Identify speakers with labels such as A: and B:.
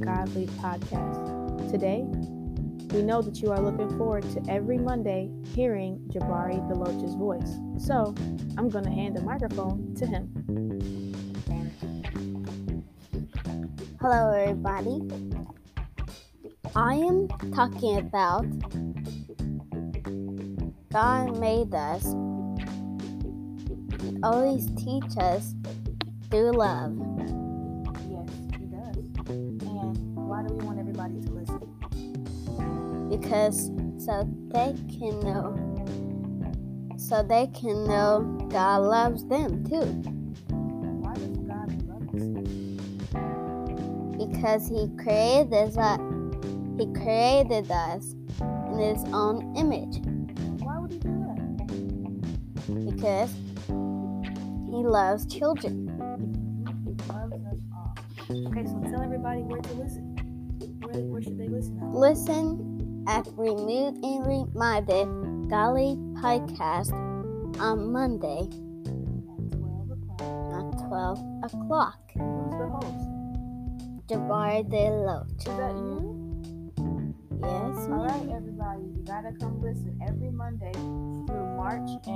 A: God Lead podcast. Today, we know that you are looking forward to every Monday hearing Jabari Deloach's voice. So, I'm going to hand the microphone to him.
B: Hello, everybody. I am talking about God made us. He always teach us through love.
A: Yes, he does. And why do we want everybody to listen?
B: because so they can know so they can know God loves them too
A: Why does God love us?
B: because he created us he created us in his own image
A: Why would he do that?
B: because he loves children
A: He loves us all. Okay, so tell everybody where to listen. Where, where should they listen at?
B: listen at renewed and reminded Golly podcast on Monday
A: At 12 o'clock.
B: at 12 o'clock
A: Who's the host?
B: Jabari Deloach
A: Is that you?
B: yes ma'am.
A: All right, everybody, you gotta come listen every Monday through March and